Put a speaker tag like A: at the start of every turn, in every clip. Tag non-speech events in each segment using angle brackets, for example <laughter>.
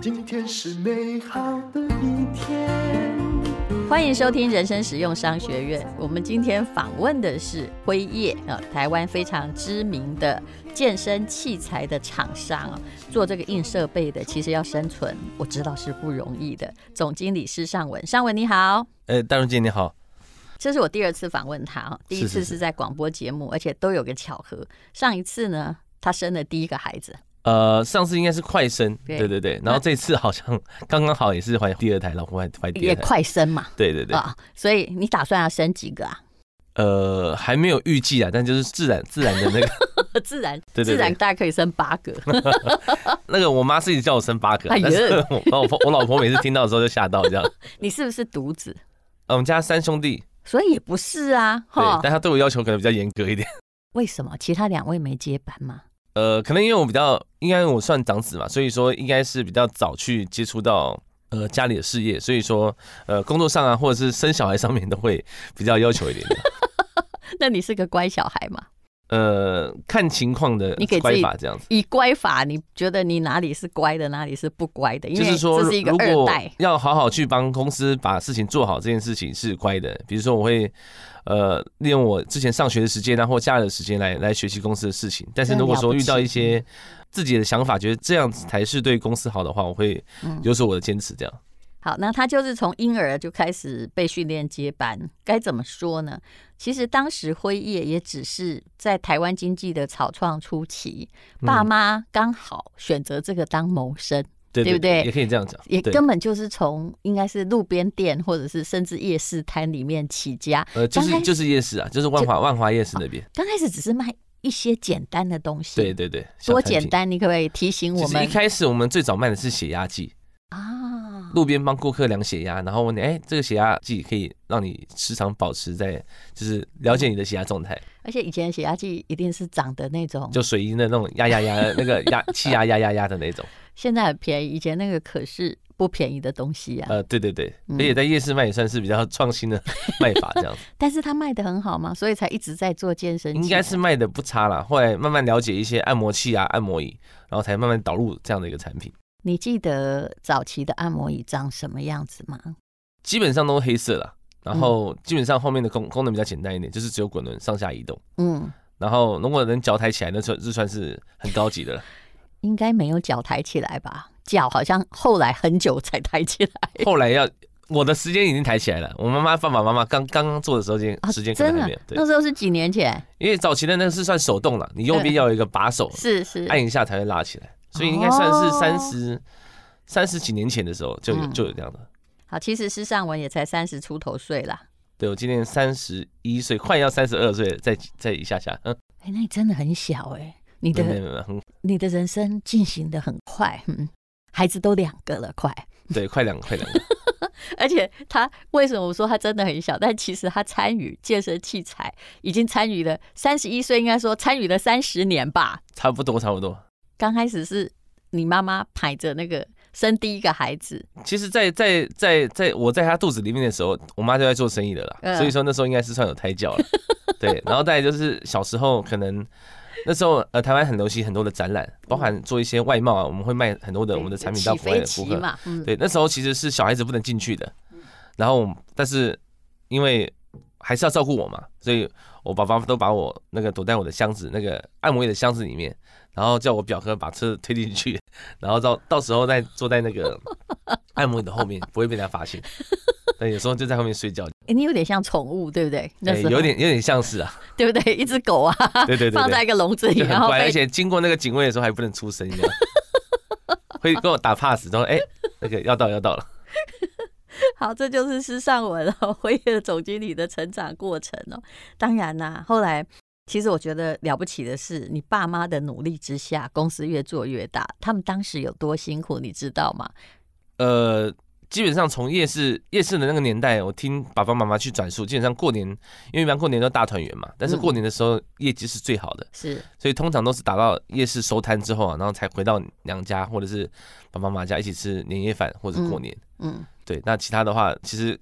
A: 今天是美好的一天。
B: 欢迎收听人生实用商学院。我们今天访问的是辉业啊、呃台湾非常知名的健身器材的厂商啊、做这个硬设备的，其实要生存，我知道是不容易的。总经理施尚文，尚文你好。
C: 呃，大荣姐你好，
B: 这是我第二次访问他哈，第一次
C: 是是
B: 是在广播节目，而且都有个巧合。上一次呢，他生了第一个孩子，
C: <laughs> 呃，上次应该是快生，
B: 对
C: 对对对，然后这次好像刚刚好也是怀第二胎，老婆怀怀第
B: 也
C: 二胎，
B: 快生嘛
C: 对对对，
B: 啊、所以你打算要生几个
C: <laughs>
B: 啊？
C: 呃，还没有预计啊，但就是自然自然的那个 <laughs>
B: 自然，
C: 对对对
B: 自然大概可以生八个。 <laughs>
C: 那个，我妈是一直叫我生八个
B: 哎，呀
C: 但是我我老婆我老婆每次听到的时候就吓到
B: <laughs>
C: 这样，
B: 你是不是独子？
C: 呃我们家三兄弟，
B: 所以也不是啊，
C: 对
B: 哈，。
C: 但她对我要求可能比较严格一点，
B: 为什么其他两位没接班吗？
C: 呃，可能因为我比较，应该我算长子嘛，所以说应该是比较早去接触到呃家里的事业，所以说呃工作上啊，或者是生小孩上面都会比较要求一点点。
B: <laughs> 那你是个乖小孩嘛？
C: 呃，看情况的
B: 你给自
C: 乖
B: 己
C: 法这样子。
B: 以呃乖法，你觉得你哪里是乖的，哪里是不乖的？因
C: 就
B: 为
C: 是说，
B: 这是一个
C: 如
B: 二
C: 果
B: 代，
C: 要好好去帮公司把事情做好，这件事情是乖的。比如说，我会呃利用我之前上学的时间啊，或假日的时间来来学习公司的事情。但是
B: 真的
C: 如果
B: 了
C: 说
B: 不
C: 遇到
B: 起
C: 一些自己的想法，觉得这样子才是对公司好的话，我会
B: 嗯
C: 有所我的坚持这样。
B: 好，那他就是从婴儿就开始被训练接班，该怎么说呢？其实当时辉夜也只是在台湾经济的草创初期，爸妈刚好选择这个当谋生，
C: 对
B: 对不对
C: 也可以这样讲，
B: 也
C: 对
B: 根本就是从应该是路边店或者是甚至夜市摊里面起家，
C: 呃，就
B: 刚开
C: 是
B: 始
C: 就是夜市啊，就是万华万华夜市那边，
B: 刚开始只是卖一些简单的东西，
C: 对对对，小
B: 多
C: 摊
B: 简
C: 品。
B: 单，你可不可以提醒我
C: 其实一
B: 们
C: 开始我们最早卖的是血压计，
B: 啊？
C: 路边帮顾客量血压，然后问你，哎、这个血压计可以让你时常保持在，就是了解你的血压状态，
B: 而且以前血压计一定是长的那种，
C: 就水银的那种
B: <laughs>
C: 压压压，那个压气压压压压的那种。
B: 现在很便宜，以前那个可是不便宜的东西呀、啊。
C: 呃，对对对，
B: 嗯
C: 而且在夜市卖也算是比较创新的卖法，这样
B: <laughs>
C: 子
B: 但是它卖的很好嘛，所以才一直在做健身器材。
C: 应该是卖的不差啦。后来慢慢了解一些按摩器啊、按摩椅，然后才慢慢导入这样的一个产品。
B: 你记得早期的按摩椅长什么样子吗？
C: 基本上都是黑色啦，然后
B: 嗯
C: 基本上后面的功功能比较简单一点，就是只有滚轮上下移动。
B: 嗯，
C: 然后如果能脚抬起来，那算就算是很高级的了。
B: 应该没有脚抬起来吧？脚好像后来很久才抬起来 <laughs>
C: 后来要我的时间已经抬起来了，我妈妈爸爸妈妈刚刚刚做的时候，间时间可
B: 啊真
C: 能还
B: 的
C: 没有。。对哦
B: 那，时候是几年前，
C: 因为早期的那个是算手动了，你右边要有一个把手，
B: 是是，
C: 按一下才会拉起来，所以应该算是
B: 哦
C: 三十三十几年前的时候就有
B: 嗯
C: 就有这样的。
B: 好，其实施尚文也才三十出头岁啦。
C: 对我今年三十一岁，快要三十二岁了，再再一下下，嗯，
B: 哎、那你真的很小哎、你
C: 没
B: 的
C: 有没有没有很
B: 你的人生进行的很快，嗯，孩子都两个了，快。
C: 对，快两个快两个。
B: 而且他为什么我说他真的很小？但其实他参与健身器材已经参与了三十一岁，应该说参与了三十年吧。
C: 差不多，差不多。
B: 刚开始是你妈妈排着那个生第一个孩子，
C: 其实在，在在在我在她肚子里面的时候，我妈就在做生意的啦，
B: 嗯
C: 所以说那时候应该是算有胎教了。对，然后再来就是小时候可能那时候呃，台湾很流行很多的展览，包含做一些外贸啊，我们会卖很多的我们的产品到
B: 起
C: 国外
B: 飞
C: 的顾
B: 期
C: 客。
B: 嘛，嗯，
C: 对，那时候其实是小孩子不能进去的，然后但是因为还是要照顾我嘛，所以我爸爸都把我那个躲在我的箱子那个按摩椅的箱子里面，然后叫我表哥把车推进去，然后到到时候再坐在那个按摩椅的后面，不会被人家发现。对，有时候就在后面睡觉，
B: 诶你有点像宠物，对不对？那
C: 哎
B: 时候、
C: 有点有点像是啊，
B: <laughs> 对不对？一只狗啊，
C: 对对对对
B: 放在一个笼子里，
C: 就很
B: 然后
C: 乖，而
B: 被
C: 且经过那个警卫的时候还不能出声音啊， <laughs> 会跟我打 pass，然后哎，那个要到了要到了。
B: 好，这就是施尚文哦， <laughs> 辉夜的总经理的成长过程哦。当然啦、后来其实我觉得了不起的是，你爸妈的努力之下，公司越做越大。他们当时有多辛苦，你知道吗？
C: 呃，基本上从夜市夜市的那个年代，我听爸爸妈妈去转述，基本上过年，因为一般过年都大团圆嘛，呃但是
B: 嗯
C: 过年的时候业绩是最好的，
B: 是
C: 所以通常都是打到夜市收摊之后啊，然后才回到娘家或者是爸爸妈妈家一起吃年夜饭或者过年。
B: 嗯，
C: 对，那其他的话，其实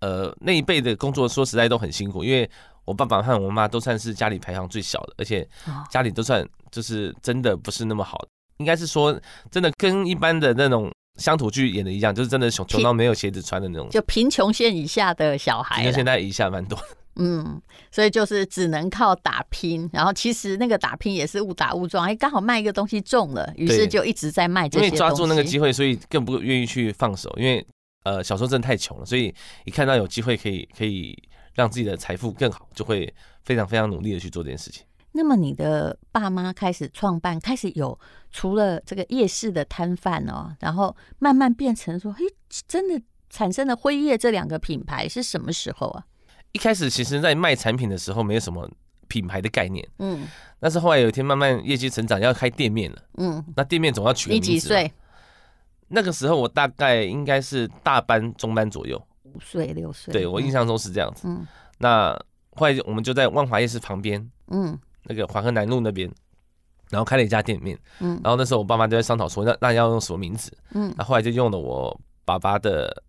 C: 呃那一辈的工作说实在都很辛苦，因为我爸爸和我妈都算是家里排行最小的，而且
B: 哦
C: 家里都算就是真的不是那么好的，应该是说真的跟一般的那种乡土剧演的一样，就是真的穷穷到没有鞋子穿的那种。
B: 就贫穷线以下的小
C: 因
B: 孩
C: 为
B: 了
C: 现。在一下蛮多，
B: 嗯，所以就是只能靠打拼，然后其实那个打拼也是误打误撞，哎，刚好卖一个东西中了，于是
C: 对
B: 就一直在卖这
C: 因
B: 些
C: 为
B: 东西。
C: 抓住那个机会，所以更不愿意去放手。因为呃小时候真的太穷了，所以一看到有机会可以可以让自己的财富更好，就会非常非常努力的去做这件事情。
B: 那么你的爸妈开始创办，开始有除了这个夜市的摊贩哦，然后慢慢变成说，嘿，真的产生了辉夜这两个品牌是什么时候啊？
C: 一开始其实在卖产品的时候没有什么品牌的概念，
B: 嗯
C: 但是后来有一天慢慢业绩成长，要开店面了，
B: 嗯，
C: 那店面总要取个
B: 你
C: 名字。
B: 几岁？？
C: 那个时候我大概应该是大班中班左右，
B: 五岁六岁？
C: 对我印象中是这样子。
B: 嗯
C: 那后来我们就在万华夜市旁边
B: 嗯
C: 那个华河南路那边，然后开了一家店面。
B: 嗯
C: 然后那时候我爸妈就在商讨说，那那要用什么名字？
B: 嗯，
C: 那后来就用了我爸爸的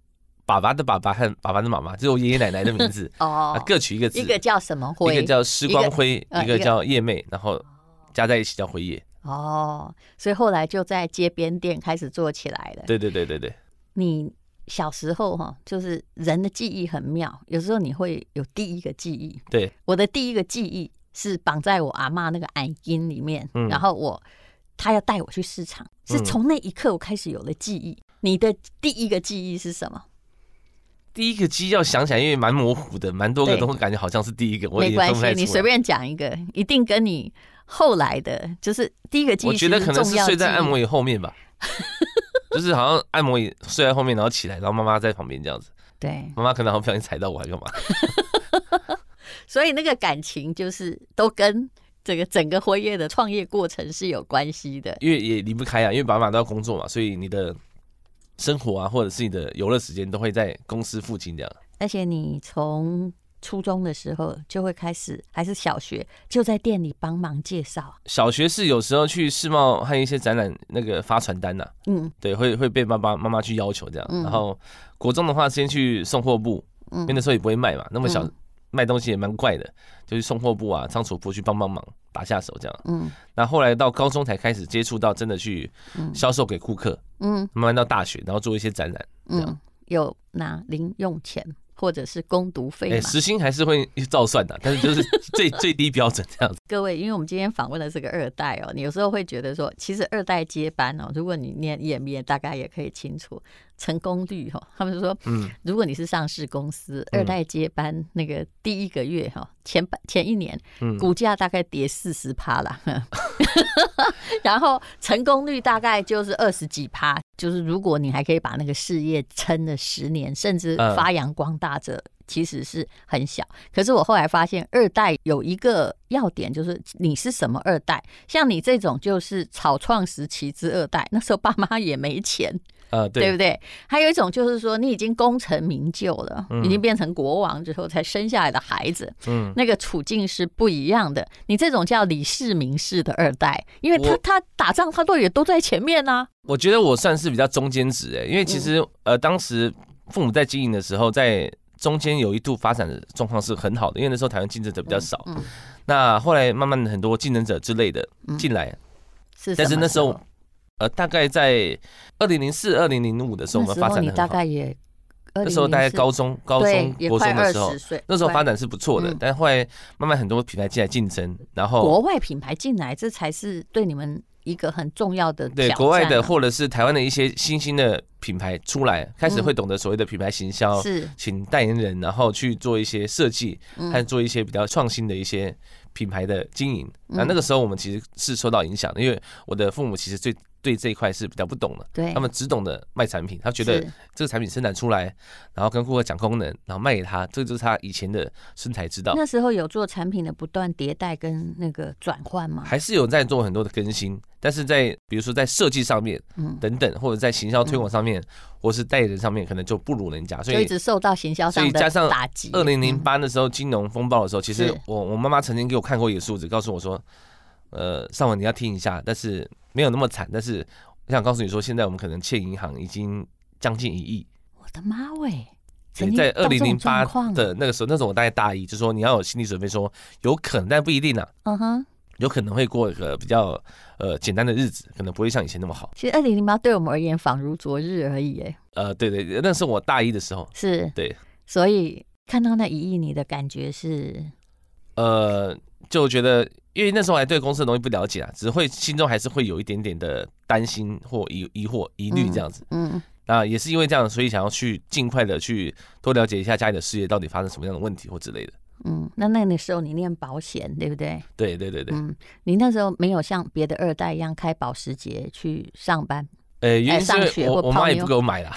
C: 爸爸的爸爸和爸爸的妈妈，就是我爷爷奶奶的名字
B: <laughs> 哦
C: 啊，各取一个字，
B: 一个叫什么
C: 一
B: 辉？
C: 个叫施光辉，
B: 呃
C: 一
B: 一
C: 个
B: 个
C: 叫叶妹，然后加在一起叫辉夜。
B: 哦，所以后来就在街边店开始做起来了。
C: 对对对对对，
B: 你小时候哈、就是人的记忆很妙，有时候你会有第一个记忆。
C: 对，
B: 我的第一个记忆是绑在我阿妈那个矮巾里面，
C: 嗯
B: 然后我她要带我去市场，是
C: 嗯
B: 从那一刻我开始有了记忆。你的第一个记忆是什么？
C: 第一个鸡要想起来，因为蛮模糊的，蛮多个
B: 对
C: 都感觉好像是第一个，我也
B: 没关
C: 分不
B: 系
C: 太，
B: 你
C: 出
B: 随
C: 来。
B: 便讲一个，一定跟你后来的，就是第一个记忆
C: 我
B: 其
C: 觉
B: 实重
C: 得
B: 要记忆。
C: 可能是睡在按摩椅后面吧， <laughs> 就是好像按摩椅睡在后面，然后起来，然后妈妈在旁边这样子，
B: 对，
C: 妈妈可能好像不小心踩到我，还干嘛？ <laughs>
B: 所以那个感情就是都跟这个整个辉夜的创业过程是有关系的。
C: 因为也离不开啊，因为爸妈都要工作嘛，所以你的生活啊，或者是你的游乐时间都会在公司附近这样。
B: 而且你从初中的时候就会开始，还是小学就在店里帮忙介绍。
C: 小学是有时候去世贸和一些展览那个发传单呐、啊
B: 嗯
C: 对，会会被爸爸妈妈去要求这样。
B: 嗯
C: 然后国中的话，先去送货部，
B: 嗯
C: 因为那时候也不会卖嘛，那么小、
B: 嗯
C: 卖东西也蛮怪的，就去送货部啊、仓储部去帮帮忙，打下手这样。
B: 嗯
C: 那后来到高中才开始接触到真的去
B: 嗯
C: 销售给顾客，
B: 嗯
C: 慢慢到大学，然后做一些展览。这
B: 嗯
C: 样，
B: 有拿零用钱或者是攻读费
C: 哎、
B: 嘛？
C: 时薪还是会 <laughs> 照算的，但是就是最最低标准这样子。
B: 各位，因为我们今天访问的是个二代哦，你有时候会觉得说，其实二代接班哦，如果你念 EMBA，大概也可以清楚成功率哦。他们就说，
C: 嗯，
B: 如果你是上市公司，
C: 嗯
B: 二代接班那个第一个月哈，前半前一年，
C: 嗯
B: 股价大概跌四十趴啦， <laughs> 然后成功率大概就是二十几趴，就是如果你还可以把那个事业撑了十年，甚至
C: 嗯
B: 发扬光大这。其实是很小，可是我后来发现二代有一个要点，就是你是什么二代。像你这种就是草创时期之二代，那时候爸妈也没钱，
C: 呃，
B: 对
C: 对，
B: 不对？还有一种就是说，你已经功成名就了，
C: 嗯
B: 已经变成国王之后才生下来的孩子，
C: 嗯，
B: 那个处境是不一样的。你这种叫李世民式的二代，因为他
C: 我
B: 他打仗他都也都在前面啊呐、
C: 我觉得我算是比较中间值哎，因为其
B: 嗯
C: 实呃，当时父母在经营的时候，在中间有一度发展的状况是很好的，因为那时候台湾竞争者比较少。
B: 嗯，
C: 那后来慢慢的很多竞争者之类的
B: 嗯
C: 进来，
B: 是什么。
C: 但是那时候呃，大概在二零零四、二零零五的时候，
B: 那
C: 我们
B: 时
C: 发
B: 候
C: 展
B: 你
C: 的
B: 大
C: 很好。
B: 概也，
C: 那时候大概
B: 2004
C: 高中、高
B: 对
C: 中、
B: 也
C: 国
B: 快
C: 中的时候
B: 20，岁，
C: 那时候发
B: 快
C: 展是不错的
B: 嗯，
C: 但后来慢慢很多品牌进来竞争，然后
B: 国外品牌进来，这才是对你们一个很重要的
C: 对
B: 挑
C: 国外
B: 战
C: 的
B: 啊
C: 或者是台湾的一些新兴的品牌出来，开
B: 嗯
C: 始会懂得所谓的品牌行销，
B: 是
C: 请代言人，然后去做一些设计
B: 嗯
C: 和做一些比较创新的一些品牌的经营。
B: 嗯
C: 那那个时候我们其实是受到影响的，因为我的父母其实最对这一块是比较不懂的。
B: 对
C: 他们只懂得卖产品，他觉得
B: 哎是
C: 这个产品生产出来，然后跟顾客讲功能，然后卖给他，这就是他以前的生财之道。
B: 那时候有做产品的不断迭代跟那个转换吗？
C: 还是有在做很多的更新，但是在比如说在设计上面
B: 嗯，
C: 等等，或者在行销推广上面，或是代言人上面，可能就不如人家。所
B: 就一
C: 以
B: 直受到行销
C: 所
B: 上
C: 以
B: 的
C: 加上
B: 打击。
C: 二零零
B: 嗯，
C: 八的时候金融风暴的时候，其实
B: 是
C: 我我妈妈曾经给我看过一个数字，告诉我说，呃，上文你要听一下，但是没有那么惨，但是我想告诉你说，现在我们可能欠银行已经将近一亿，
B: 嗯我的妈喂，曾经
C: 在
B: 到
C: 二
B: 这
C: 零零
B: 种
C: 八
B: 状况啊
C: 的那个时候，那时候我大概大一，就说你要有心理准备说，有可能但不一定啊，
B: 嗯哼，
C: 有可能会过一个比较呃简单的日子，可能不会像以前那么好。
B: 其实二零零八对我们而言仿如昨日而已，哎，
C: 呃，对对，那是我大一的时候，
B: 是，
C: 对，
B: 所以看到那一亿，你的感觉是，嗯
C: 呃，就觉得因为那时候还对公司的东西不了解啊，只会心中还是会有一点点的担心或疑疑惑、疑虑这样子。
B: 嗯
C: 那也是因为这样，所以想要去尽快的去多了解一下家里的事业到底发生什么样的问题或之类的。
B: 嗯，那那个时候你念保险，对不对？
C: 对对对对，
B: 嗯，你那时候没有像别的二代一样开保时捷去上班，
C: 呃，原因
B: 哎上
C: 是
B: 学
C: 我
B: 或
C: 我
B: 泡
C: 妈也
B: 妞
C: 不给我买
B: <laughs>
C: 啦，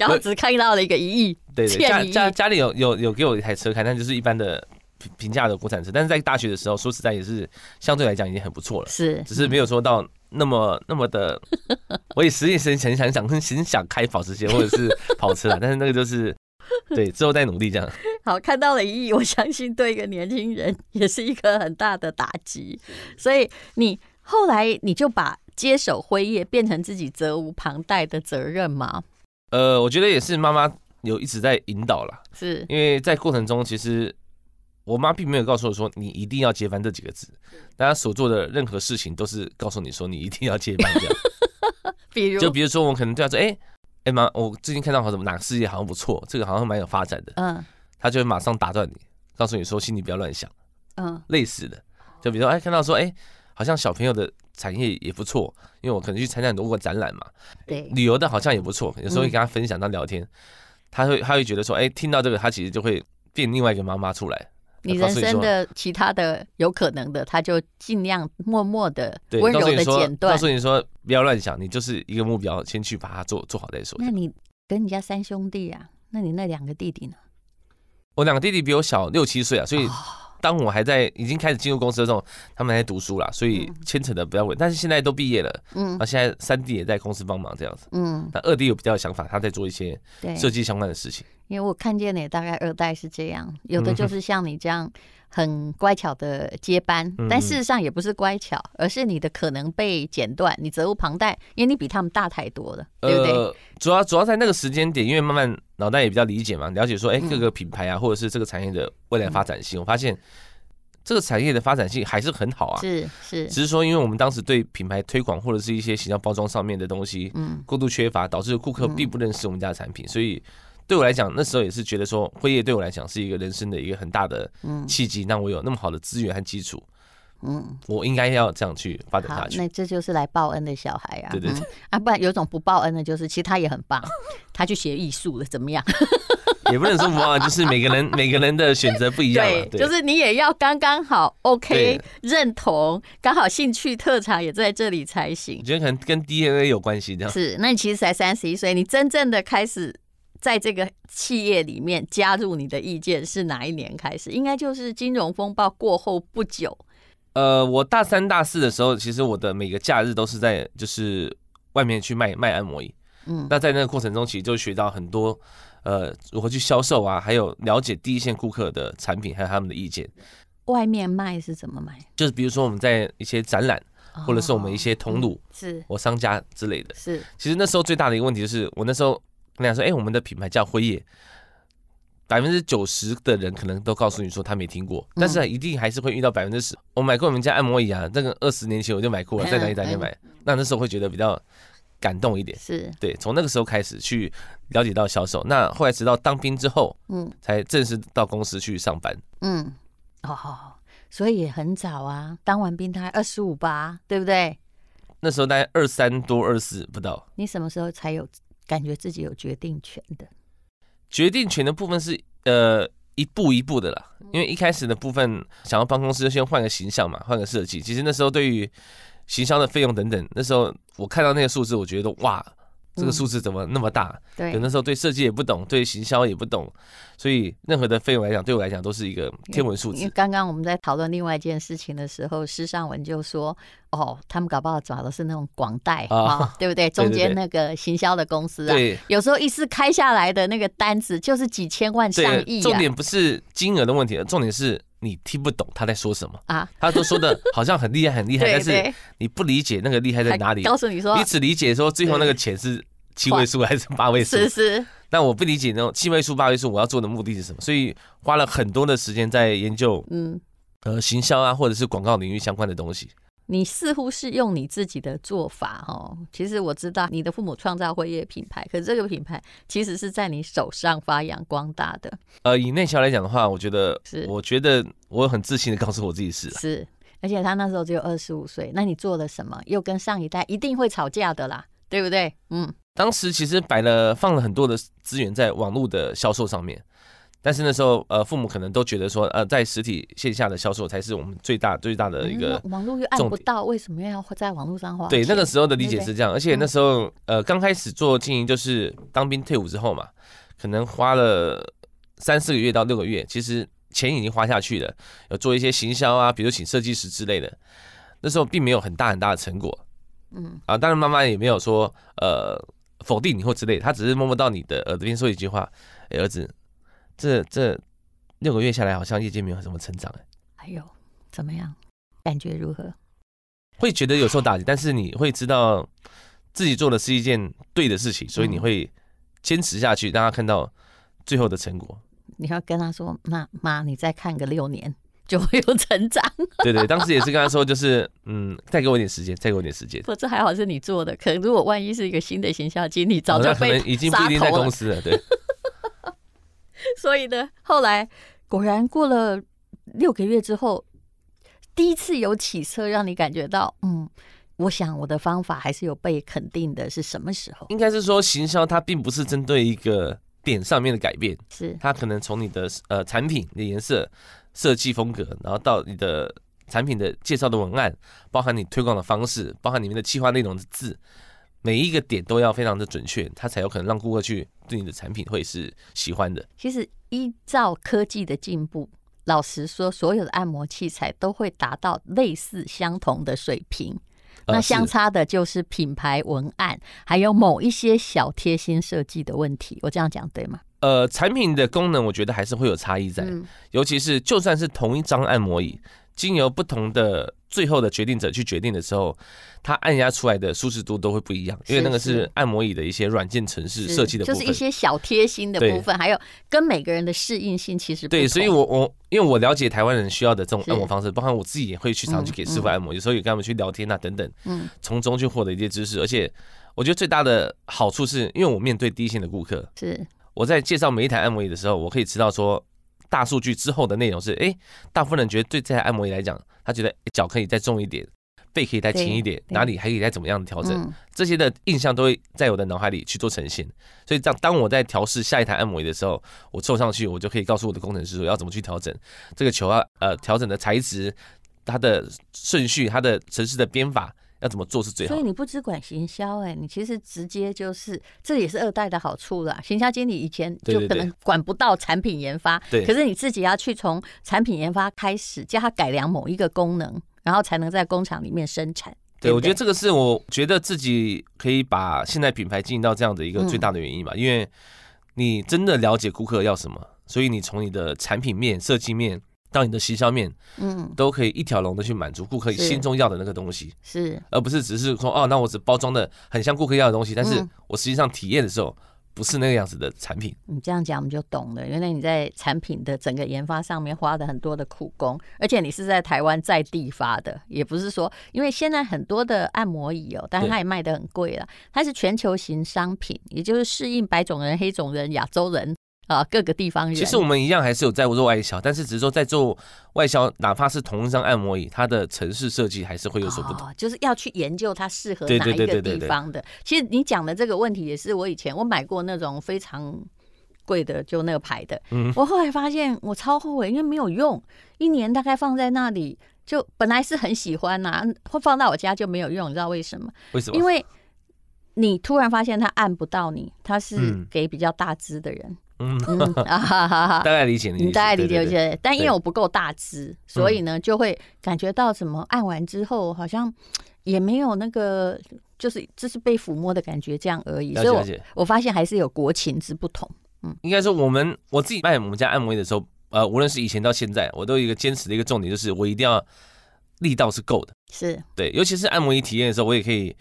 B: 然后只看到了一个一亿，
C: 对对，
B: 欠
C: 家
B: 你
C: 家家里有有有给我一台车开，但就是一般的平平价的国产车。但是在大学的时候，说实在也是相对来讲已经很不错了，
B: 是
C: 只是没有说到那么 <laughs> 那么的。我也实际很很想想很想开保时捷或者是跑车啊 <laughs> 啦，但是那个就是对之后再努力这样。
B: 好，看到了一亿，我相信对一个年轻人也是一个很大的打击。所以你后来你就把接手辉夜变成自己责无旁贷的责任嘛？
C: 呃，我觉得也是妈妈有一直在引导啦，
B: 是，
C: 因为在过程中，其实我妈并没有告诉我说你一定要接班这几个字，但她所做的任何事情都是告诉你说你一定要接班这样。
B: <laughs> 比如
C: 就比如说，我可能对她说，哎、哎妈，我最近看到好像什么哪个事业好像不错，这个好像蛮有发展的，
B: 嗯
C: 她就会马上打断你，告诉你说心里不要乱想，
B: 嗯
C: 类似的。就比如说，哎、看到说，哎、好像小朋友的产业也不错，因为我可能去参加很多个展览嘛，
B: 对，
C: 旅游的好像也不错，有时候会跟他分享，他聊天，他会他会觉得说，哎、听到这个，他其实就会变另外一个妈妈出来。
B: 你
C: 告
B: 人
C: 诉
B: 生
C: 说
B: 的其他的有可能的，他就尽量默默的
C: 对，
B: 温
C: 告
B: 柔
C: 诉你
B: 的
C: 说
B: 剪，
C: 告
B: 断。
C: 诉你说不要乱想，你就是一个目标，先去把它做做好再说。
B: 那你跟你家三兄弟啊，那你那两个弟弟呢？
C: 我两个弟弟比我小六七岁啊，所以
B: 哦
C: 当我还在已经开始进入公司的时候，他们还在读书啦，所以
B: 嗯
C: 牵扯的比较稳。但是现在都毕业了，
B: 嗯
C: 那现在三弟也在公司帮忙这样子。
B: 嗯，
C: 那二弟有比较有想法，他在做一些
B: 对，
C: 设计相关的事情。
B: 因为我看见的也大概二代是这样，有的
C: 嗯哼
B: 就是像你这样很乖巧的接班，
C: 嗯
B: 但事实上也不是乖巧，而是你的可能被剪断，你责无旁贷，因为你比他们大太多了，对不对？
C: 呃，主要主要在那个时间点，因为慢慢脑袋也比较理解嘛，了解说，哎、
B: 嗯
C: 各个品牌啊，或者是这个产业的未来发展性，我发现这个产业的发展性还是很好啊。
B: 是是，
C: 只是说，因为我们当时对品牌推广或者是一些形象包装上面的东西
B: 嗯
C: 过度缺乏，导致顾客
B: 嗯
C: 并不认识我们家的产品，所以对我来讲，那时候也是觉得说，辉夜对我来讲是一个人生的一个很大的
B: 嗯
C: 契机，让我有那么好的资源和基础，
B: 嗯，
C: 我应该要这样去发展
B: 好
C: 下，去。
B: 那这就是来报恩的小孩啊，
C: 对对对
B: 嗯啊，不然有种不报恩的，就是其实他也很棒，他去学艺术了，怎么样？
C: 也不能说不好，就是每个人 <laughs> 每个人的选择 <laughs> 不一样
B: 对
C: 了，，对，
B: 就是你也要刚刚好 OK
C: 对
B: 认同，刚好兴趣特长也在这里才行
C: 我。觉得可能跟 DNA 有关 <laughs> 系，这样
B: 是，那你其实才三十一岁，你真正的开始在这个企业里面加入你的意见是哪一年开始？应该就是金融风暴过后不久。
C: 呃，我大三、大四的时候，其实我的每个假日都是在就是外面去卖卖按摩椅。
B: 嗯
C: 那在那个过程中，其实就学到很多呃如何去销售啊，还有了解第一线顾客的产品，还有他们的意见。
B: 外面卖是怎么卖？
C: 就是比如说我们在一些展览，或者是我们一
B: 哦
C: 些通路、
B: 是
C: 我商家之类的。
B: 是
C: 其实那时候最大的一个问题就是，我那时候跟大家说，哎、我们的品牌叫辉夜。百分之九十的人可能都告诉你说他没听过，但是一定还是会遇到百分之十。我买过我们家按摩椅啊，那个二十年前我就买过了，在哪里哪里买。那那时候会觉得比较感动一点，
B: 是，
C: 对，从那个时候开始去了解到销售。那后来直到当兵之后，
B: 嗯
C: 才正式到公司去上班。
B: 嗯，哦，所以也很早啊，当完兵他二十五吧，对不对？
C: 那时候大概二三多二四不到，
B: 你什么时候才有感觉自己有决定权的？
C: 决定权的部分是呃一步一步的啦，
B: 嗯
C: 因为一开始的部分想要帮公司先换个形象嘛，换个设计。其实那时候对于行销的费用等等，那时候我看到那个数字，我觉得哇，这个数字怎么那么大？
B: 嗯对
C: 可，能那时候对设计也不懂，对行销也不懂，所以任何的费用来讲，对我来讲都是一个天文数
B: 因为
C: 字。
B: 刚刚我们在讨论另外一件事情的时候，施尚文就说：“哦，他们搞不好找的是那种广代啊、
C: 啊 <laughs>
B: 对不对？
C: 对
B: 中
C: 对
B: 间那个行销的公司啊，
C: 对
B: 有时候一次开下来的那个单子就是几千万、上
C: 对，
B: 亿、啊，
C: 重点不是金额的问题，重点是你听不懂他在说什么。
B: 啊，
C: 他都说的好像很厉害很厉害，
B: <laughs> 对
C: 但是
B: 对，
C: 你不理解那个厉害在
B: 还
C: 哪里。
B: 告诉你说
C: 你只理解说最后那个钱是七位数还是八位数，
B: 是是，
C: 但我不理解那种七位数、八位数我要做的目的是什么，所以花了很多的时间在研究
B: 嗯，
C: 呃行销啊，或者是广告领域相关的东西。
B: 你似乎是用你自己的做法哦。其实我知道你的父母创造辉夜品牌，可是这个品牌其实是在你手上发扬光大的，
C: 呃，以内销来讲的话，我觉得
B: 是，
C: 我觉得我很自信的告诉我自己是啊、
B: 是。而且他那时候只有二十五岁，那你做了什么？又跟上一代一定会吵架的啦，对不对？嗯，
C: 当时其实摆了放了很多的资源在网络的销售上面，但是那时候呃父母可能都觉得说呃在实体线下的销售才是我们最大最大的一个
B: 嗯那网络又按
C: 重
B: 不
C: 点
B: 到，为什么要在网络上花钱？
C: 对，那个时候的理
B: 啊对嗯
C: 解
B: 不对
C: 是这样，而且那时候呃刚开始做经营就是当兵退伍之后嘛，可能花了三四个月到六个月，其实钱已经花下去了，有做一些行销啊，比如请设计师之类的，那时候并没有很大很大的成果，
B: 嗯
C: 啊，当然妈妈也没有说呃否定你或之类的，她只是摸摸到你的耳朵边说一句话，哎、儿子，这这六个月下来好像业绩没有什么成长、哎，
B: 还有怎么样？感觉如何？
C: 会觉得有受打击，但是你会知道自己做的是一件对的事情，所以你
B: 嗯
C: 会坚持下去，让他看到最后的成果。
B: 你要跟他说，那妈，你再看个六年就会有成
C: <laughs>
B: 长。<laughs>
C: 对对，当时也是跟他说，就是嗯，再给我一点时间，再给我一点时间。
B: 不，这还好是你做的，可如果万一是一个新的行销经理，早
C: 哦
B: 就
C: 那可
B: 被
C: 能已经不
B: 杀
C: 一定在
B: 头了
C: 公司了，对，
B: 所以呢，后来果然过了六个月之后，第一次有起色，让你感觉到，嗯，我想我的方法还是有被肯定的。是什么时候？
C: 应该是说行销它并不是针对一个点上面的改变，
B: 是
C: 它可能从你的呃产品的颜色、设计风格，然后到你的产品的介绍的文案，包含你推广的方式，包含里面的企划内容的字，每一个点都要非常的准确，它才有可能让顾客去对你的产品会是喜欢的。
B: 其实依照科技的进步，老实说，所有的按摩器材都会达到类似相同的水平。
C: 呃
B: 那
C: 是
B: 相差的就是品牌文案，还有某一些小贴心设计的问题。我这样讲对吗？
C: 呃产品的功能，我觉得还是会有差异在，
B: 嗯，
C: 尤其是就算是同一张按摩椅，经由不同的最后的决定者去决定的时候，它按压出来的舒适度都会不一样，因为
B: 是
C: 那个
B: 是
C: 是按摩椅的一些软件程式设计的部
B: 就
C: 分，
B: 是一些小贴心的
C: 对
B: 部分，还有跟每个人的适应性其实不
C: 对，
B: 同
C: 所以我我因为我了解台湾人需要的这种
B: 是
C: 按摩方式，包含我自己也会去常去
B: 嗯
C: 给师傅按摩，有时候也跟他们去聊天啊等等，
B: 嗯
C: 从中去获得一些知识。而且我觉得最大的好处是，因为我面对第一线的顾客，
B: 是
C: 我在介绍每一台按摩椅的时候，我可以知道说大数据之后的内容是，诶，大部分人觉得对这台按摩椅来讲，他觉得诶脚可以再重一点，背可以再轻一点，
B: 对
C: 哪里还可以再怎么样的调整，
B: 嗯
C: 这些的印象都会在我的脑海里去做呈现。所以当当我在调试下一台按摩椅的时候，我凑上去，我就可以告诉我的工程师说要怎么去调整这个球要呃调整的材质、它的顺序、它的程式的编法要怎么做是最好
B: 所以
C: 的。
B: 你不只管行销，哎，你其实直接就是，这也是二代的好处啦。行销经理以前
C: 对
B: 就
C: 对
B: 可
C: 对
B: 能管不到产品研发，
C: 对
B: 可是你自己要去从产品研发开始，叫他改良某一个功能，然后才能在工厂里面生产。
C: 对，
B: 不
C: 我觉得这个是我觉得自己可以把现在品牌经营到这样的一个最大的原因吧，因为你真的了解顾客要什么，所以你从你的产品面、设计面到你的行销面，
B: 嗯
C: 都可以一条龙的去满足顾客
B: 是
C: 心中要的那个东西。
B: 是
C: 而不是只是说哦，那我只包装的很像顾客要的东西，但是
B: 嗯
C: 我实际上体验的时候不是那个样子的产品。
B: 你这样讲我们就懂了，原来你在产品的整个研发上面花了很多的苦功，而且你是在台湾在地发的，也不是说因为现在很多的按摩椅哦，但是
C: 对
B: 它也卖得很贵了，它是全球型商品，也就是适应白种人、黑种人、亚洲人啊各个地方人。
C: 其实我们一样还是有在做外销，但是只是说在做外销，哪怕是同一张按摩椅，它的城市设计还是会有所不同。
B: 哦，就是要去研究它适合
C: 对
B: 哪
C: 对
B: 一
C: 对
B: 个
C: 对对
B: 地
C: 对
B: 方的。其实你讲的这个问题也是我以前我买过那种非常贵的，就那个牌的，
C: 嗯
B: 我后来发现我超后悔，因为没有用，一年大概放在那里。就本来是很喜欢呐、会放到我家就没有用，你知道为什么？
C: 为什么？
B: 因为你突然发现它按不到你，它是
C: 嗯
B: 给比较大只的
C: <laughs>
B: 人。
C: 嗯，
B: 嗯啊哈哈哈
C: 大概理解你的意思，
B: 你嗯大概理解
C: 对
B: 一
C: 对对
B: 些，但因为
C: 对嗯
B: 我不够大只，所以呢就会感觉到什么按完之后好像也没有那个，就是就是被抚摸的感觉这样而已。
C: 了
B: 所
C: 解
B: 以
C: 了
B: 我
C: 解。
B: 我发现还是有国情之不同。
C: 应该说我们我自己卖我们家按摩椅的时候，呃，无论是以前到现在，我都有一个坚持的一个重点，就是我一定要力道是够的。
B: 是
C: 对，尤其是按摩椅体验的时候，我也可以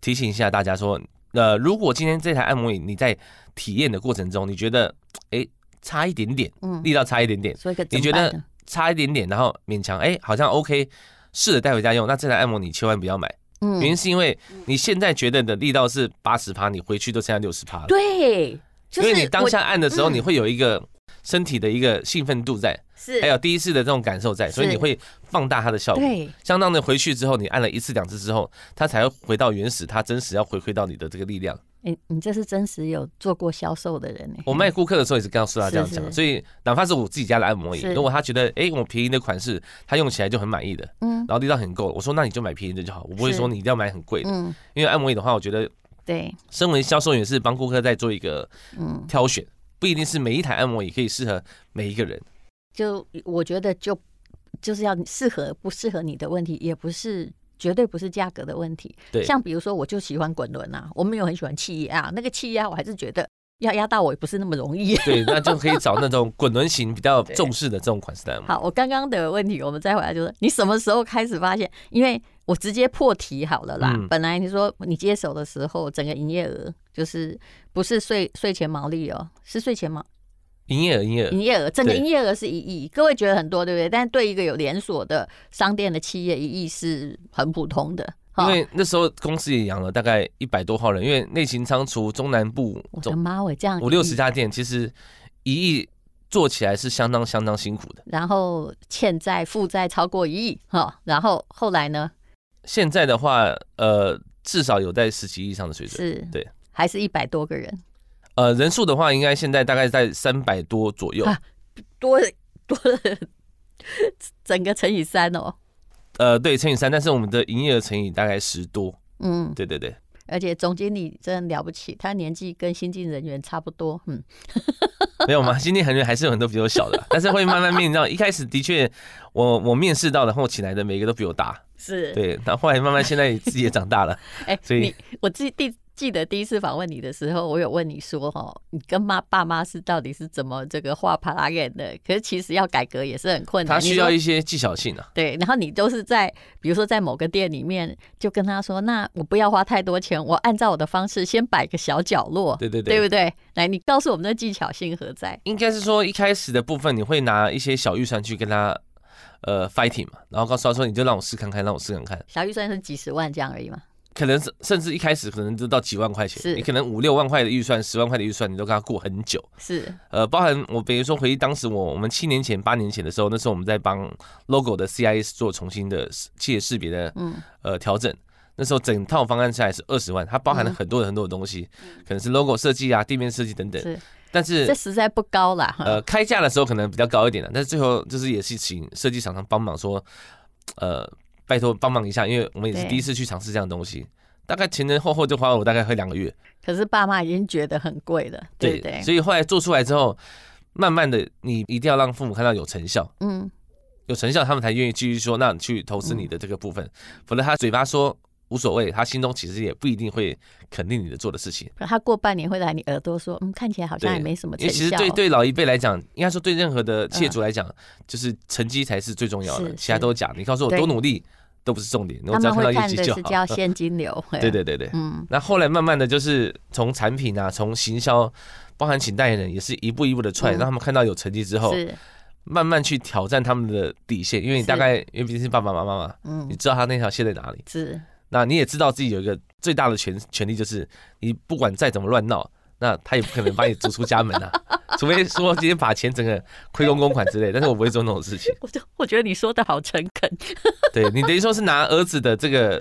C: 提醒一下大家说，呃，如果今天这台按摩椅你在体验的过程中，你觉得哎、诶差一点点，
B: 嗯，
C: 力道差一点点，
B: 所以可
C: 你觉得差一点点，然后勉强哎、诶好像 OK，试着带回家用。那这台按摩你千万不要买，
B: 嗯
C: 原因是因为你现在觉得你的力道是八十趴，你回去都剩下六十趴了。
B: 对，就
C: 因
B: 是
C: 为你当
B: 我
C: 下按的时候，
B: 嗯
C: 你会有一个身体的一个兴奋度在，
B: 是
C: 还有第一次的这种感受在，所以
B: 是
C: 你会放大它的效果。
B: 对
C: 相当的回去之后，你按了一次两次之后，它才会回到原始，它真实要回馈到你的这个力量。
B: 你你这是真实有做过销售的人呢、欸
C: 我卖顾客的时候也是跟他说他这样
B: 是是
C: 讲，所以哪怕是我自己家的按摩椅
B: 是，
C: 如果他觉得哎、诶我便宜的款式他用起来就很满意的，
B: 嗯
C: 然后力道很够，我说那你就买便宜的就好，我不会
B: 是
C: 说你一定要买很贵的，
B: 嗯，
C: 因为按摩椅的话，我觉得
B: 对，
C: 身为销售员是帮顾客在做一个
B: 嗯，
C: 挑选，不一定是每一台按摩椅可以适合每一个人。
B: 就我觉得就就是要适合不适合你的问题，也不是。绝对不是价格的问题，
C: 对
B: 像比如说，我就喜欢滚轮啊，我没有很喜欢气压，那个气压我还是觉得要压到我也不是那么容易。 <laughs>
C: 对，那就可以找那种滚轮型比较重视的这种款式的按摩椅。
B: 好，我刚刚的问题，我们再回来就是，你什么时候开始发现？因为我直接破题好了啦。
C: 嗯
B: 本来你说你接手的时候，整个营业额就是不是税税前毛利哦，是税前毛
C: 营业额，营业额
B: 营，业额，整个
C: 对
B: 营业额是一亿。各位觉得很多，对不对？但对一个有连锁的商店的企业，一亿是很普通的。
C: 因
B: 哈，
C: 为那时候公司也养了大概一百多号人，因为内勤仓储中南部
B: 我的
C: 总
B: 妈，我这样
C: 五六十
B: 1亿，
C: 家店，其实一亿做起来是相当相当辛苦的。
B: 然后欠债负债超过一亿哈，然后后来呢
C: 现在的话，呃，至少有在十几亿以上的水准。
B: 是
C: 对
B: 还是一百多个人，
C: 呃，人数的话，应该现在大概在三百多左右。
B: 啊多了 <laughs> 多了整个乘以三哦，
C: 呃，对，乘以三，但是我们的营业额乘以大概十多。
B: 嗯，
C: 对对对，
B: 而且总经理真的了不起，他年纪跟新进人员差不多，嗯，
C: 没
B: <laughs>
C: 有嘛，今天很多还是有很多比我小的，但是会慢慢面到。一开始的确，我我面试到的后起来的每个都比我大，
B: 是，
C: 对。然后后来慢慢现在自己也长大了，
B: <laughs> 哎、
C: 所以
B: 你我记第记得第一次访问你的时候，我有问你说，哦，你跟妈爸妈是到底是怎么这个画 p l a 的？可是其实要改革也是很困难，
C: 他需
B: 嗯你说
C: 要一些技巧性啊。
B: 对，然后你都是在比如说在某个店里面，就跟他说，那我不要花太多钱，我按照我的方式先摆个小角落，
C: 对对
B: 哦对
C: 对，
B: 不对？来，你告诉我们的技巧性何在？
C: 应该是说一开始的部分，你会拿一些小预算去跟他呃 fighting 嘛，然后告诉他说你就让我试看看，让我试看看。
B: 小预算是几十万这样而已嘛，
C: 可能是甚至一开始可能就到几万块
B: 是
C: 钱，你可能五六万块的预算、十万块的预算，你都跟他过很久。
B: 是
C: 呃，包含我比如说回忆当时我我们七年前八年前的时候，那时候我们在帮 logo 的 CIS 做重新的企业识别的
B: 嗯
C: 呃调整。那时候整套方案下来是二十万，它包含
B: 嗯
C: 了很多很多的东西，可能是 logo 设计啊、地面设计等等。
B: 是，
C: 但
B: 这
C: 是
B: 实在不高啦。 <laughs> 哈
C: 呃开价的时候可能比较高一点了，啊但是最后就是也是请设计厂商帮忙说，呃拜托帮忙一下，因为我们也是
B: 对
C: 第一次去尝试这样的东西。大概前前后后就花了我大概快两个月，
B: 可是爸妈已经觉得很贵了，对不对？
C: 所以后来做出来之后，慢慢的你一定要让父母看到有成效，
B: 嗯，
C: 有成效，他们才愿意继续说，那你去投资你的这个部分，否则他嘴巴说无所谓，他心中其实也不一定会肯定你的做的事情。
B: 他过半年会来你耳朵说，嗯，看起来好像
C: 对
B: 也没什么成
C: 因为其实
B: 效。嗯
C: 对对老一辈来讲，应该说对任何的企业主来讲，就是成绩才是最重要的
B: 是，
C: 其他都假。你告诉我
B: 对
C: 多努力都不是重点，我
B: 他
C: 只要
B: 们
C: 看到
B: 会
C: 业
B: 看
C: 绩
B: 的
C: 就是
B: 叫
C: <laughs> 好。
B: 现金流。
C: 对，对对对。
B: 嗯，
C: 那后来慢慢的就是从产品啊，从行销，包含请代言人，也是一步一步的踹，
B: 嗯
C: 让他们看到有成绩之后，
B: 是，
C: 慢慢去挑战他们的底线，因为你
B: 是
C: 大概因为毕竟是爸爸妈妈嘛，
B: 嗯
C: 你，知道他那条线在哪里，
B: 是
C: 那你也知道自己有一个最大的权权利，就是你不管再怎么乱闹，那他也不可能把你逐出家门
B: <laughs>
C: 啊，除非说今天把钱整个亏公公款之类，但是我不会做那种事情。
B: 我就我觉得你说的好诚恳，
C: 对你等于说是拿儿子的这个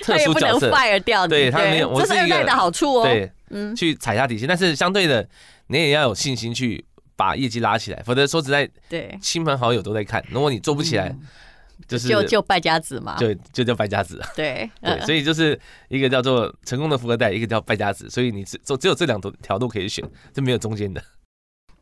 C: 特
B: <laughs> 他也
C: 殊
B: 不能
C: 角色，
B: fire 掉你，
C: 对他没有我
B: 这
C: 是
B: 是二
C: 一个
B: 代的好处哦。
C: 对，
B: 嗯，
C: 去踩下底线，但是相对的，你也要有信心去把业绩拉起来，否则说实在，
B: 对，
C: 亲朋好友都在看，如果你做不起来，就是
B: 嗯就啊就败家子嘛。
C: 就就叫败家子。
B: 对，
C: 对，
B: 嗯
C: 所以就是一个叫做成功的富二代，一个叫败家子，所以你只只只有这两条路可以选，就没有中间的。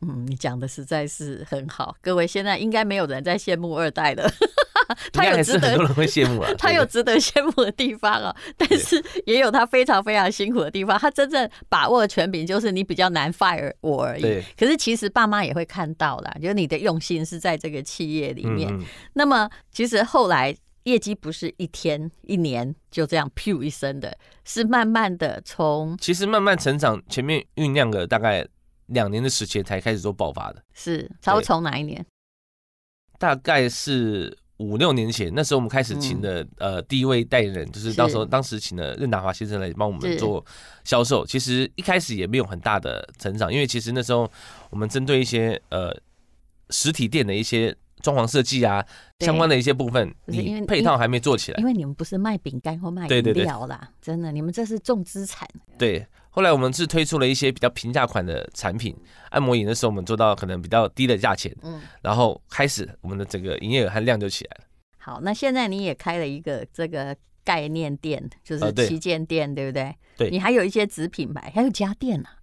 B: 嗯，你讲的实在是很好，各位现在应该没有人在羡慕二代了，
C: 应
B: <laughs> 他
C: 该
B: 有
C: 还
B: 值
C: 是
B: 得
C: 很多人会羡慕啊。
B: <laughs> 他
C: 对
B: 有值得羡慕的地方哦，但是也有他非常非常辛苦的地方。他真正把握权柄，就是你比较难 fire 我而已
C: 对。
B: 可是其实爸妈也会看到啦，就是你的用心是在这个企业里
C: 嗯
B: 面。
C: 嗯，
B: 那么其实后来业绩不是一天一年就这样噗一声的，是慢慢的从
C: 其实慢慢成长，前面酝酿了大概两年的时间才开始做爆发的，
B: 是，差不多从哪一年？
C: 大概是五六年前，那时候我们开始请的、呃第一位代言人，就是
B: 嗯是
C: 到时候当时请了任达华先生来帮我
B: 是
C: 们做销售。其实一开始也没有很大的成长，因为其实那时候我们针对一些呃实体店的一些装潢设计啊
B: 对
C: 相关的一些部分，
B: 不是因为
C: 你配套还没做起来
B: 因。为你们不是卖饼干或卖
C: 对
B: 饮
C: 对对
B: 料啦，真的，你们这是重资产。
C: 对，后来我们是推出了一些比较平价款的产品，按摩椅那时候我们做到可能比较低的价钱，
B: 嗯，
C: 然后开始我们的整个营业额和量就起来了。
B: 好，那现在你也开了一个这个概念店，就
C: 呃
B: 是
C: 对
B: 旗舰店，对不对？
C: 对
B: 你还有一些子品牌，还有家电啊。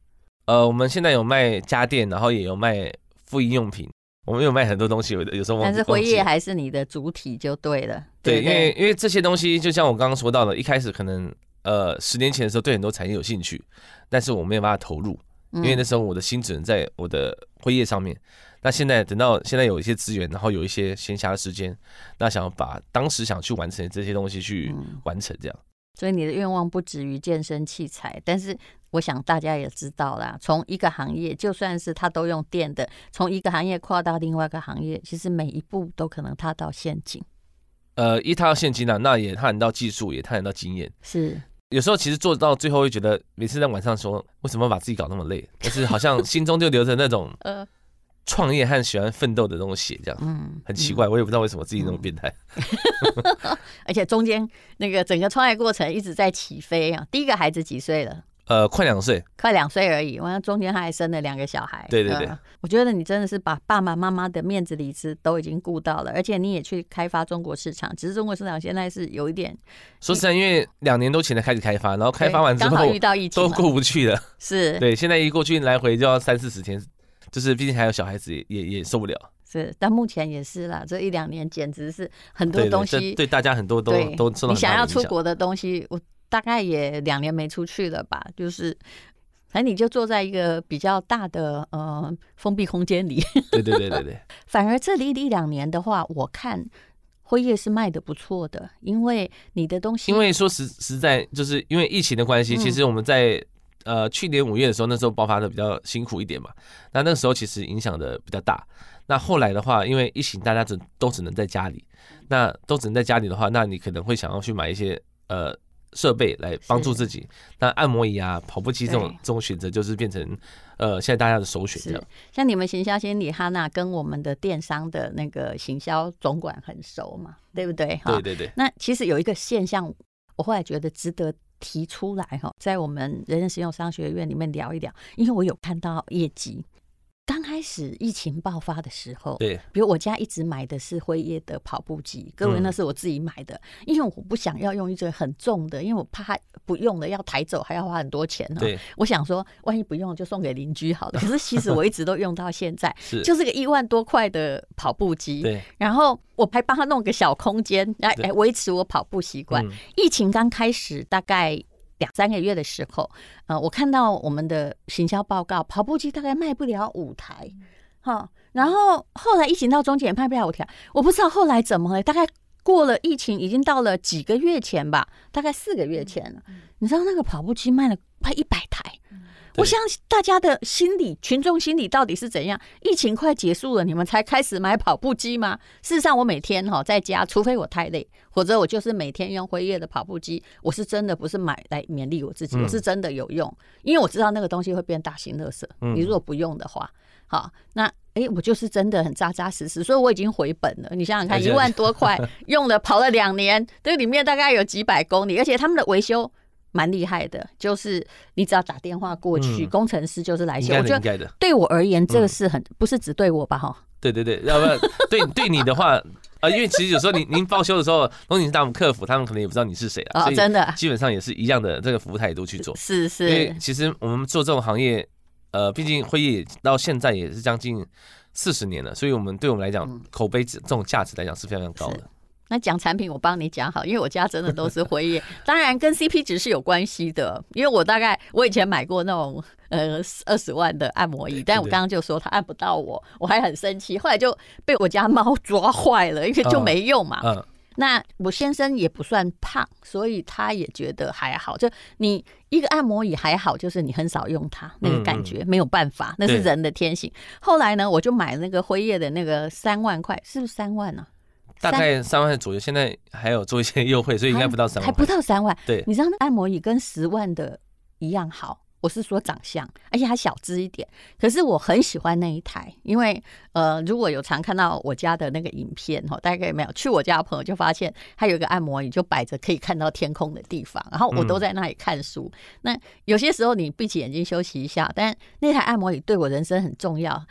C: 呃，我们现在有卖家电，然后也有卖妇婴用品，我们有卖很多东西，有的有时候忘
B: 但
C: 记
B: 是辉
C: 忘记
B: 夜还是你的主体就对了，
C: 对，
B: 不
C: 因为因为这些东西就像我刚刚说到的，一开始可能呃十年前的时候对很多产业有兴趣，但是我没有办法投入，因为那
B: 嗯、
C: 时候我的心只能在我的辉夜上面。那现在等到现在有一些资源，然后有一些闲暇的时间，那想要把当时想去完成这些东西去
B: 嗯
C: 完成，这样。
B: 所以你的愿望不止于健身器材，但是我想大家也知道啦，从一个行业，就算是他都用电的，从一个行业跨到另外一个行业，其实每一步都可能踏到陷阱。
C: 呃，一踏到现金啊，那也探到技术，也探到经验。
B: 是，
C: 有时候其实做到最后会觉得，每次在晚上说为什么把自己搞那么
B: <laughs>
C: 累，但是好像心中就留着那种
B: 呃，
C: 创业和喜欢奋斗的那种血，这
B: <laughs>
C: 样
B: 嗯，
C: 很
B: 嗯
C: 奇怪，我也不知道为什么自己那么变态。
B: 而且中间那个整个创业过程一直在起飞啊。第一个孩子几岁了？
C: 呃，快两岁，
B: 快两岁而已，完了中间他还生了两个小孩。嗯
C: 对对对
B: 我觉得你真的是把爸爸妈妈的面子里子都已经顾到了，而且你也去开发中国市场，只是中国市场现在是有一点
C: 说实在，因为两年多前才开始开发，然后开发
B: 对
C: 完之
B: 刚好
C: 后
B: 遇到疫情
C: 都
B: 嘛
C: 过不去了。
B: 是
C: 对，现在一过去来回就要三四十天，就是毕竟还有小孩子，也也也受不了。
B: 是，但目前也是啦，这一两年简直是很多
C: 对
B: 东
C: 对，
B: 西
C: 这对大家很多都
B: 对
C: 都受到
B: 你
C: 很
B: 想
C: 大
B: 要
C: 的影
B: 出
C: 响。
B: 国的东西，我大概也两年没出去了吧，就是。反正你就坐在一个比较大的呃封闭空间里， <laughs>
C: 对对对对对，
B: 反而这里一两年的话，我看辉夜是卖的不错的，因为你的东西，
C: 因为说实实在，就是因为疫情的关系，
B: 嗯
C: 其实我们在呃去年五月的时候，那时候爆发的比较辛苦一点嘛。那那个时候其实影响的比较大。那后来的话，因为疫情，大家只都只能在家里，那都只能在家里的话，那你可能会想要去买一些呃设备来帮助自己。那按摩椅啊、跑步机这种
B: 对
C: 这种选择，就是变成呃现在大家的首选这
B: 是
C: 样。
B: 像你们行销经理哈娜跟我们的电商的那个行销总管很熟嘛，对不对？哈
C: 对对对，
B: 那其实有一个现象，我后来觉得值得提出来哈，在我们人人实用商学院里面聊一聊，因为我有看到业绩。刚开始疫情爆发的时候，
C: 对，
B: 比如我家一直买的是辉夜的跑步机，各位
C: 嗯
B: 那是我自己买的，因为我不想要用一种很重的，因为我怕它不用了要抬走还要花很多钱哈。
C: 对，
B: 我想说，万一不用就送给邻居好了。可是其实我一直都用到现在
C: <laughs> 是，
B: 就是个一万多块的跑步机。
C: 对，
B: 然后我还帮他弄个小空间来
C: 对
B: 来维持我跑步习惯。
C: 嗯
B: 疫情刚开始大概两三个月的时候，呃，我看到我们的行销报告，跑步机大概卖不了五台，哈。然后后来疫情到中间也卖不了五台，我不知道后来怎么了，大概。过了疫情，已经到了几个月前吧，大概四个月前了。你知道那个跑步机卖了快一百台，
C: 嗯对
B: 我相信大家的心理、群众心理到底是怎样？疫情快结束了，你们才开始买跑步机吗？事实上，我每天哈在家，除非我太累，否则我就是每天用辉夜的跑步机。我是真的不是买来勉励我自己，
C: 嗯
B: 我是真的有用，因为我知道那个东西会变大型垃圾。
C: 嗯
B: 你如果不用的话，好，那诶，我就是真的很扎扎实实，所以我已经回本了。你想想看，
C: 而
B: 一
C: 且
B: 万多
C: <laughs>
B: 块用了跑了两年，这里面大概有几百公里，而且他们的维修。蛮厉害的，就是你只要打电话过去，
C: 嗯
B: 工程师就是来
C: 应
B: 修。
C: 该
B: 我
C: 的
B: 觉
C: 应
B: 得
C: 该的。嗯
B: 对我而言，这个是很、不是只对我吧？哈，
C: 对对 <laughs> 对，要不然对对你的话，啊，因为其实有时候您您报修的时候，如果你是大们客服，他们可能也不知道你是谁啊，
B: 哦，
C: 所以
B: 真的啊
C: 基本上也是一样的这个服务态度去做。
B: 是
C: 因为
B: 是，
C: 其实我们做这种行业，呃，毕竟会议到现在也是将近四十年了，所以我们对我们来讲，
B: 嗯
C: 口碑这种价值来讲是非常非常高的。
B: 那讲产品我帮你讲好，因为我家真的都是辉夜，当然跟 CP 值是有关系的，因为我大概我以前买过那种呃二十万的按摩椅，但我
C: 对
B: 刚刚就说它按不到我，我还很生气，后来就被我家猫抓坏了，因为就
C: 哦
B: 没用嘛。
C: 嗯，
B: 那我先生也不算胖，所以他也觉得还好。就你一个按摩椅还好，就是你很少用它，那个感觉、没有办法，那是
C: 对
B: 人的天性。后来呢，我就买那个辉夜的那个三万块，是不是三万呢、啊
C: 大概三万左右，现在还有做一些优惠，所以应该不到三
B: 还
C: 万
B: 不
C: 块。
B: 到三万。
C: 对
B: 你知道那按摩椅跟十万的一样好，我是说长相，而且它小只一点。可是我很喜欢那一台，因为呃，如果有常看到我家的那个影片哈，大概没有去我家的朋友就发现，它有一个按摩椅就摆着可以看到天空的地方，然后我都
C: 嗯
B: 在那里看书。那有些时候你闭起眼睛休息一下，但那台按摩椅对我人生很重要。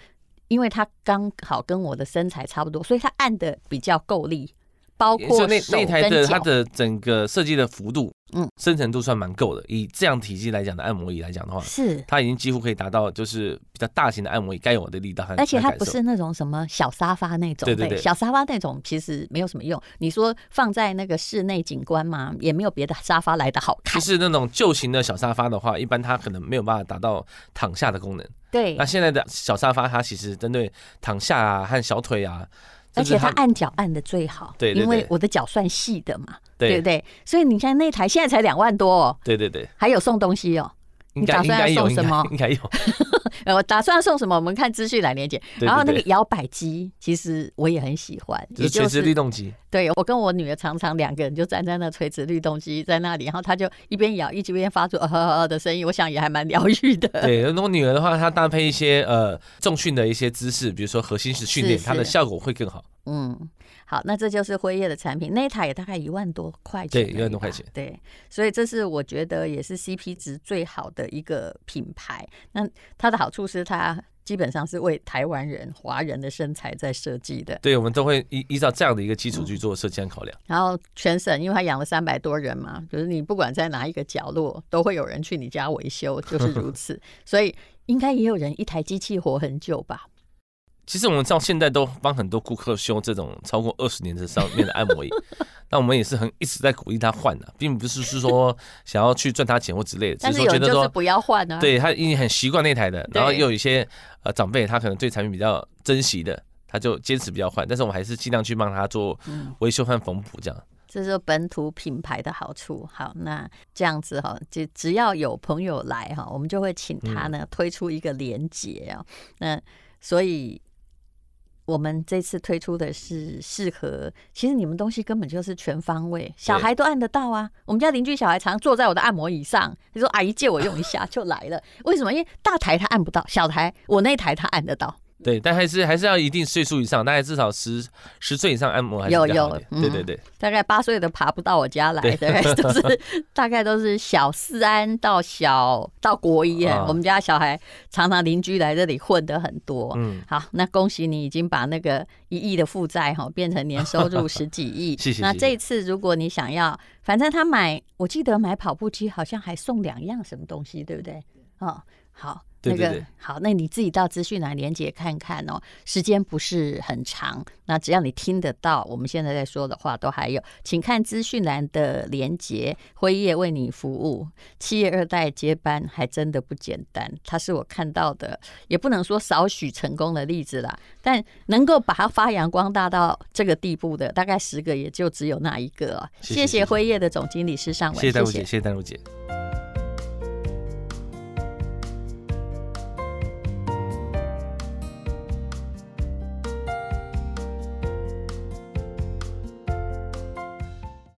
B: 因为它刚好跟我的身材差不多，所以它按的比较够力，包
C: 所
B: 括
C: 以那
B: 手
C: 那一台
B: 跟
C: 的
B: 脚
C: 它的整个设计的幅度，
B: 嗯
C: 嗯，深层度算蛮够的。以这样体积来讲的按摩椅来讲的话，
B: 是
C: 它已经几乎可以达到就是比较大型的按摩椅该有的力道和
B: 而且它
C: 和感
B: 不
C: 受
B: 是那种什么小沙发那种，
C: 对对对
B: 小沙发那种其实没有什么用。你说放在那个室内景观嘛，也没有别的沙发来的好
C: 就
B: 看。
C: 是那种旧型的小沙发的话，一般它可能没有办法达到躺下的功能。
B: 对
C: 那，现在的小沙发，它其实针对躺下啊和小腿啊，
B: 而
C: 甚
B: 且
C: 至
B: 它按脚按的最好，
C: 对对
B: 因为
C: 对
B: 我的脚算细的嘛，对
C: 对
B: 不对？所以你看那台现在才两万多、哦，
C: 对对对，
B: 还有送东西哦。
C: 应该
B: 你打
C: 应
B: 算要
C: 该有
B: 送什么
C: 应该 <laughs>
B: <laughs>
C: 应该有，
B: 呃，我打算要送什么？我们看资讯来连接。
C: 对
B: 然后那
C: 对
B: 个
C: 对
B: 摇摆机，其实我也很喜欢，
C: 就
B: 也
C: 是
B: 就
C: 垂直
B: 是
C: 律
B: <laughs>
C: 动机。
B: 对我跟我女儿常常两个人就站在那垂直律动机在那里，然后她就一边摇一边发出呃呃呃的声音，我想也还蛮疗愈的。
C: 对，如果女儿的话，她搭配一些呃重训的一些姿势，比如说核心式训练，
B: 是
C: 它的
B: 是
C: 效果会更好。
B: <laughs> 嗯，好，那这就是辉夜的产品，那一台也大概一万多块钱而已吧，
C: 对一万多块钱
B: 对，所以这是我觉得也是 CP 值最好的一个品牌。那它的好处是它基本上是为台湾人、华人的身材在设计的，
C: 对，我们都会依依照这样的一个基础去做设计和考量。
B: 然后全省，因为他养了三百多人嘛，就是你不管在哪一个角落，都会有人去你家维修，就是如
C: <laughs>
B: 此。所以应该也有人一台机器活很久吧？
C: 其实我们到现在都帮很多顾客修这种超过二十年的上面的按摩椅，
B: <laughs>
C: 那我们也是很一直在鼓励他换的、并不是是说想要去赚他钱或之类的，
B: 但是
C: 只是
B: 有
C: 说觉
B: 人
C: 得
B: 就是
C: 说，
B: 不要换啊。，
C: 对他已经很习惯那台的，
B: 对
C: 然后又有一些呃长辈他可能对产品比较珍惜的，他就坚持比较换，但是我们还是尽量去帮他做
B: 嗯，
C: 维修和缝补这样。
B: 这是本土品牌的好处。好，那这样子哈、就只要有朋友来哈、我们就会请他呢、推出一个连结啊、那所以。我们这次推出的是适合，其实你们东西根本就是全方位，小孩都按得到啊。我们家邻居小孩常坐在我的按摩椅上，他说：“阿姨借我用一下”就来了。为什么？因为大台他按不到，小台我那台他按得到。
C: 对，但还是还是要一定岁数以上，大概至少十十岁以上按摩还是
B: 有
C: 比较好一
B: 有
C: 点。
B: 嗯
C: 对对对，
B: 大概八岁的爬不到我家来，
C: 对
B: 大 <laughs> 概都是大概都是小四安到小到国一、哎
C: 啊
B: 我们家小孩常常邻居来这里混的很多。
C: 嗯，
B: 好，那恭喜你已经把那个一亿的负债哈、变成年收入十几亿。
C: <laughs> 谢谢
B: 那
C: 谢谢
B: 这一次如果你想要，反正他买，我记得买跑步机好像还送两样什么东西，对不对？哦，好。
C: 对对
B: 那个
C: 对
B: 好，那你自己到资讯栏连接看看哦，时间不是很长，那只要你听得到我们现在在说的话，都还有，请看资讯栏的连接，辉夜为你服务，企业二代接班还真的不简单，它是我看到的也不能说少许成功的例子啦，但能够把它发扬光大到这个地步的，大概十个也就只有那一个哦、
C: 谢谢
B: 谢
C: 谢谢
B: 谢辉夜的总经理施尚文，
C: 谢谢丹如姐，谢谢丹如姐。
B: 谢